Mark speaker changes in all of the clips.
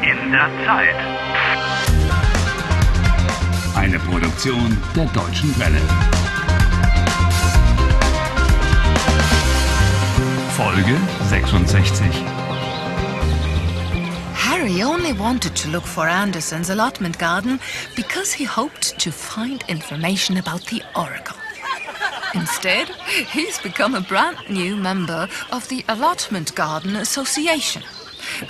Speaker 1: jederzeit.
Speaker 2: Eine Produktion der Deutschen Welle. Folge 66.
Speaker 3: Harry only wanted to look for Anderson's allotment garden because he hoped to find information about the Oracle. Instead, he's become a brand new member of the Allotment Garden Association.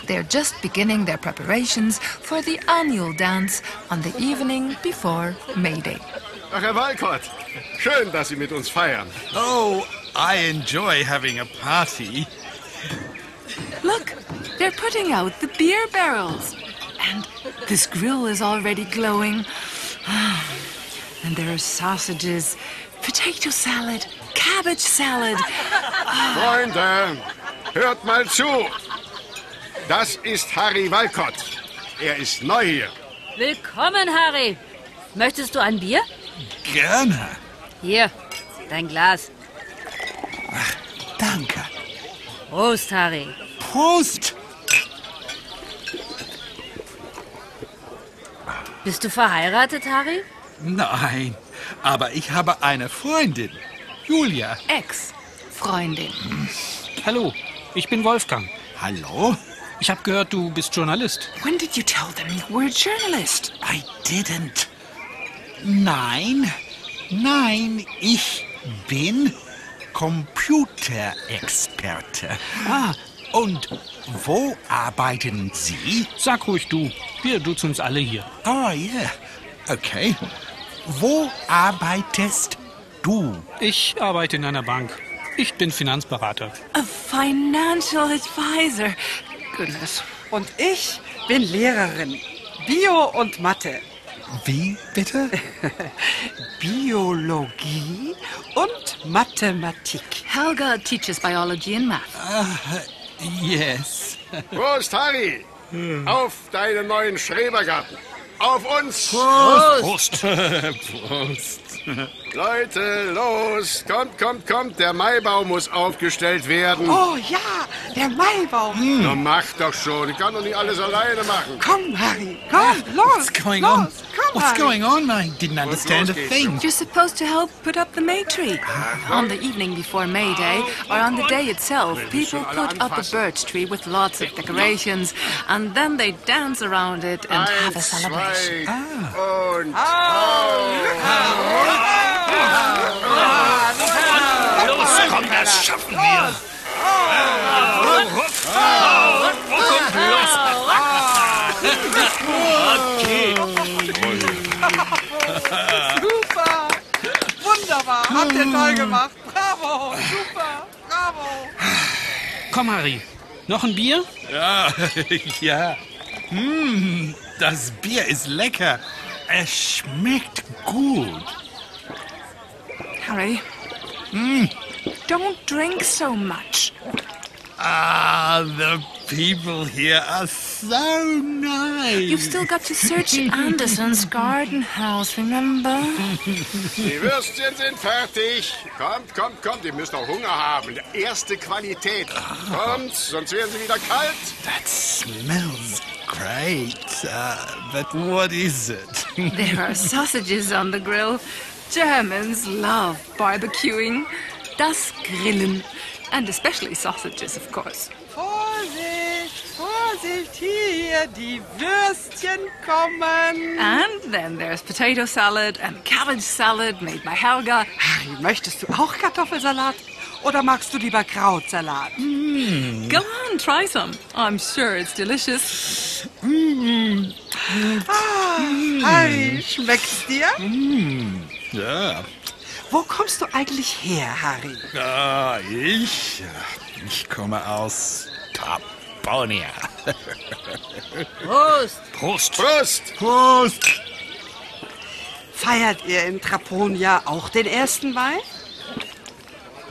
Speaker 3: They're just beginning their preparations for the annual dance on the evening before May Day.
Speaker 4: Ach, Herr Walcott, schön, dass Sie mit uns feiern.
Speaker 5: Oh, I enjoy having a party.
Speaker 6: Look, they're putting out the beer barrels. And this grill is already glowing. And there are sausages, potato salad, cabbage salad.
Speaker 4: Freunde, hört mal zu. Das ist Harry Walcott. Er ist neu hier.
Speaker 7: Willkommen, Harry. Möchtest du ein Bier?
Speaker 5: Gerne.
Speaker 7: Hier, dein Glas.
Speaker 5: Danke.
Speaker 7: Prost, Harry.
Speaker 5: Prost.
Speaker 7: Bist du verheiratet, Harry?
Speaker 5: Nein, aber ich habe eine Freundin. Julia.
Speaker 3: Ex-Freundin.
Speaker 8: Hallo, ich bin Wolfgang.
Speaker 5: Hallo?
Speaker 8: Ich habe gehört, du bist Journalist.
Speaker 6: When did you tell them you were a journalist?
Speaker 5: I didn't. Nein, nein, ich bin Computerexperte. Ah, und wo arbeiten Sie?
Speaker 8: Sag ruhig du. Wir duzen uns alle hier.
Speaker 5: Oh, yeah. Okay. Wo arbeitest du?
Speaker 8: Ich arbeite in einer Bank. Ich bin Finanzberater.
Speaker 6: A financial advisor.
Speaker 9: Goodness. Und ich bin Lehrerin. Bio und Mathe.
Speaker 5: Wie bitte?
Speaker 9: Biologie und Mathematik.
Speaker 3: Helga teaches biology and math.
Speaker 5: Yes.
Speaker 4: Prost, Harry. Auf deinen neuen Schrebergarten. Auf uns.
Speaker 5: Prost.
Speaker 4: Leute, los. Kommt, kommt, kommt. Der Maibaum muss aufgestellt werden. Hm.
Speaker 9: Oh ja, der Maibaum.
Speaker 4: Na, mach doch schon. Ich kann doch nicht alles alleine machen.
Speaker 9: Komm, Harry, komm, los.
Speaker 5: Äh, What's going
Speaker 9: los,
Speaker 5: on?
Speaker 9: Komm,
Speaker 5: What's
Speaker 9: Harry.
Speaker 5: going on? I didn't understand a
Speaker 4: geht's
Speaker 5: thing.
Speaker 3: You're supposed to help put up the May tree. On the evening before May Day, or on the day itself, people put up a birch tree with lots of decorations, and then they dance around it and have a
Speaker 4: Eins,
Speaker 3: celebration.
Speaker 4: zwei und...
Speaker 2: Los, komm, das schaffen wir.
Speaker 9: Super. Wunderbar. Habt ihr toll gemacht. Bravo. Super. Bravo.
Speaker 8: Komm, Harry. Noch ein Bier?
Speaker 5: Ja, ja. Mm, das Bier ist lecker. Es schmeckt gut.
Speaker 6: Harry. Don't drink so much.
Speaker 5: Ah, the people here are so nice.
Speaker 6: You've still got to search Anderson's garden house, remember?
Speaker 4: Die Würstchen sind fertig. Kommt, kommt, kommt. Ihr müsst auch Hunger haben. Erste Qualität. Kommt, sonst werden sie wieder kalt.
Speaker 5: That smells great. Uh, but what is it?
Speaker 3: There are sausages on the grill. Germans love barbecuing. Das Grillen. And especially sausages, of course.
Speaker 9: Vorsicht, Vorsicht. Hier, die Würstchen kommen.
Speaker 3: And then there's potato salad and cabbage salad made by Helga.
Speaker 9: Harry, möchtest du auch Kartoffelsalat? Oder magst du lieber Krautsalat?
Speaker 3: Go on, try some. I'm sure it's delicious.
Speaker 5: Hm.
Speaker 9: Harry, schmeckt's dir?
Speaker 5: Ja,
Speaker 9: Wo kommst du eigentlich her, Harry?
Speaker 5: ah, ich, ich komme aus Taponia.
Speaker 7: Prost.
Speaker 5: Prost.
Speaker 4: Prost.
Speaker 5: Prost.
Speaker 9: Feiert ihr in Traponia auch den 1. Mai?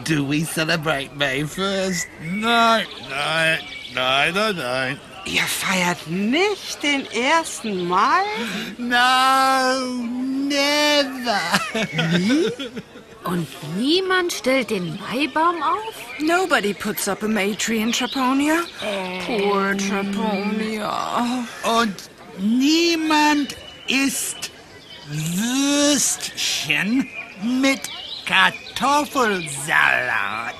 Speaker 5: Do we celebrate May 1st? Nein, nein, nein, nein, nein.
Speaker 9: Ihr feiert nicht den 1. Mai?
Speaker 5: No, never.
Speaker 7: Und niemand stellt den Maibaum auf?
Speaker 6: Nobody puts up a May tree in Traponia.
Speaker 3: Eh.
Speaker 6: Poor Traponia.
Speaker 5: Und niemand isst Würstchen mit Kartoffelsalat.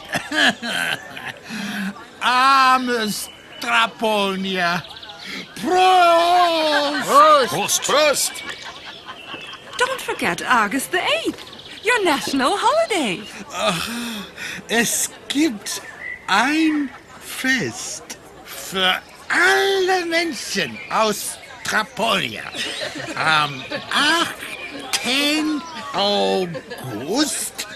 Speaker 5: Armes Traponia. Prost!
Speaker 2: Prost!
Speaker 4: Prost!
Speaker 6: Don't forget August the 8th, your national holiday.
Speaker 5: Es gibt ein Fest für alle Menschen aus Traponia. Am 18. August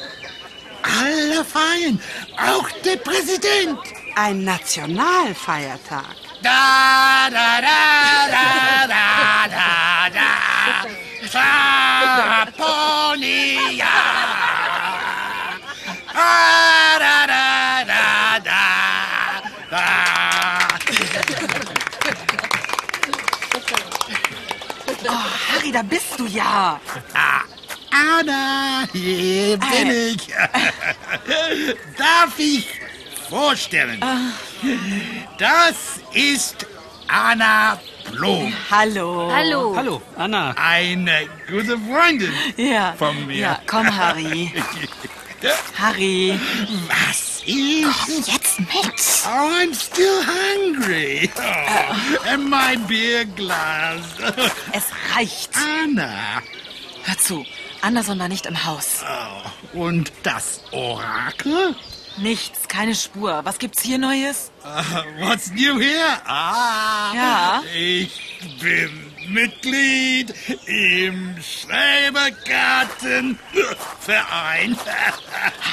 Speaker 5: alle feiern, auch der Präsident.
Speaker 9: Ein Nationalfeiertag.
Speaker 5: Da, da, da, da, da, da, da. Traponia. Da, da, da, da, da, da.
Speaker 9: Harry, da bist du ja.
Speaker 5: Anna, hier bin ich. Darf ich vorstellen? Das ist Anna Blom,
Speaker 9: Hallo.
Speaker 7: Hallo.
Speaker 8: Hallo, Anna.
Speaker 5: eine gute Freundin.
Speaker 9: Ja.
Speaker 5: Von mir.
Speaker 9: Ja, komm, Harry. Harry.
Speaker 5: Was ist?
Speaker 3: Jetzt mit!
Speaker 5: Oh, I'm still hungry. Oh, and my beer glass.
Speaker 9: Es reicht.
Speaker 5: Anna.
Speaker 9: Hör zu. Anderson war nicht im Haus.
Speaker 5: Oh, und das Orakel?
Speaker 9: Nichts, keine Spur. Was gibt's hier Neues?
Speaker 5: Uh, what's new here? Ah,
Speaker 9: Ja.
Speaker 5: ich bin Mitglied im Schrebergartenverein.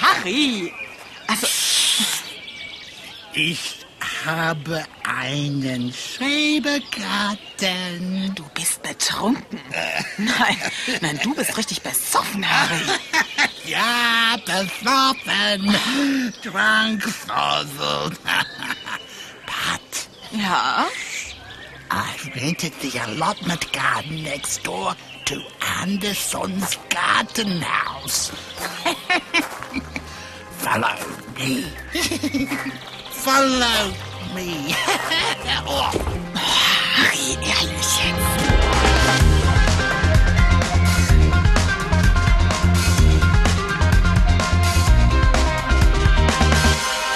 Speaker 9: Harry. Also,
Speaker 5: Ich habe einen Schrebergarten.
Speaker 9: du bist betrunken.
Speaker 5: Äh.
Speaker 9: Nein, nein, du bist richtig besoffen, Harry.
Speaker 5: Ja, besoffen, drunkfossel. But
Speaker 9: Ja?
Speaker 5: I rented the allotment garden next door to Anderson's garden house. Follow me. Follow me. Oh,
Speaker 9: Harry, ehrlich jetzt.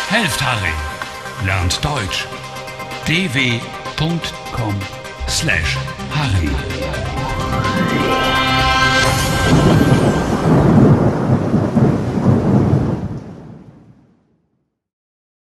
Speaker 2: Helft Harry. Lernt Deutsch. dw.com/harry.